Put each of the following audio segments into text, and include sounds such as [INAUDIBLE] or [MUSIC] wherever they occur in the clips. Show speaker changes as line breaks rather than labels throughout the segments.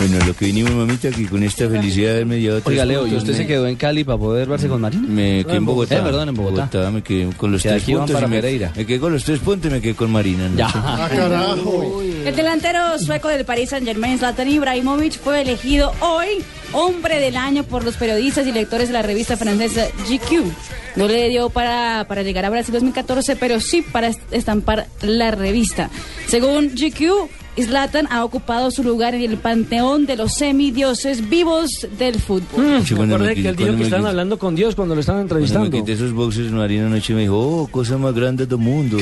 Bueno, lo que vinimos, mamita, que con esta felicidad me llevó
Oiga, Leo, ¿y usted se quedó en Cali para poder verse con Marina?
Me quedé en Bogotá.
Eh, perdón, en Bogotá.
me quedé con los
Que
tres
aquí van
puntos.
para
y me,
Pereira.
me quedé con los tres puntos y me quedé con Marina. ¿no?
Ah,
Ya.
El delantero sueco del Paris Saint Germain, Zlatan Ibrahimovic, fue elegido hoy hombre del año por los periodistas y lectores de la revista francesa GQ. No le dio para, para llegar a Brasil 2014, pero sí para est- estampar la revista. Según GQ, Zlatan ha ocupado su lugar en el panteón de los semidioses vivos del fútbol.
Sí, cuando
Acordé
me
que
quité- cuando
él dijo que
me
estaban
quité-
hablando con Dios cuando lo estaban
pues
Cuando me
entrevistando.
quité esos boxes, Marina anoche me dijo, oh, cosa más grande del [LAUGHS] mundo.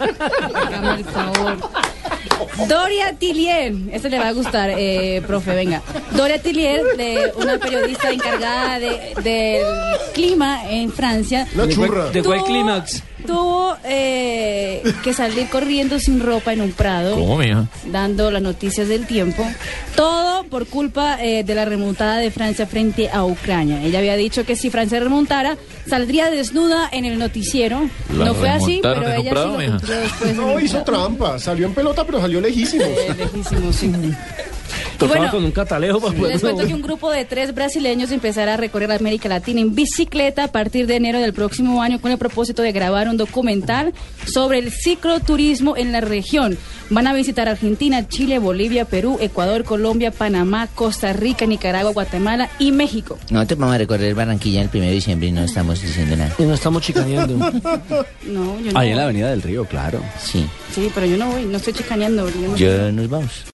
Hágame el favor. Doria Tillier, este le va a gustar, eh, profe, venga. Doria Tillier, de- una periodista encargada de- del clima en Francia.
¿De cuál- ¿De cuál
tuvo-
clímax?
Tuvo eh, que salir corriendo sin ropa en un prado. Dando las noticias del tiempo. Todo por culpa eh, de la remontada de Francia frente a Ucrania. Ella había dicho que si Francia remontara, saldría desnuda en el noticiero.
¿La
no fue así,
remontaron
pero
en un
ella
prado,
sí lo
mija?
cumplió después. en
No
un
hizo
prado.
trampa, salió en pelota, pero salió lejísimos.
Eh, lejísimos, sí.
Tocaba
Bueno,
con un catalejo para
Pues
poder-
Les cuento que un grupo de tres brasileños empezará a recorrer América Latina en bicicleta a partir de enero del próximo año con el propósito de grabar un documental sobre el cicloturismo en la región. Van a visitar Argentina, Chile, Bolivia, Perú, Ecuador, Colombia, Panamá, Costa Rica, Nicaragua, Guatemala y México.
No te vamos a recorrer Barranquilla el 1 de diciembre y no estamos diciendo nada.
Y nos estamos chicaneando.
No, yo no.
Ahí en la Avenida del Río, claro.
Sí.
Sí, pero yo no voy, no estoy chicaneando. yo no-
Ya nos vamos.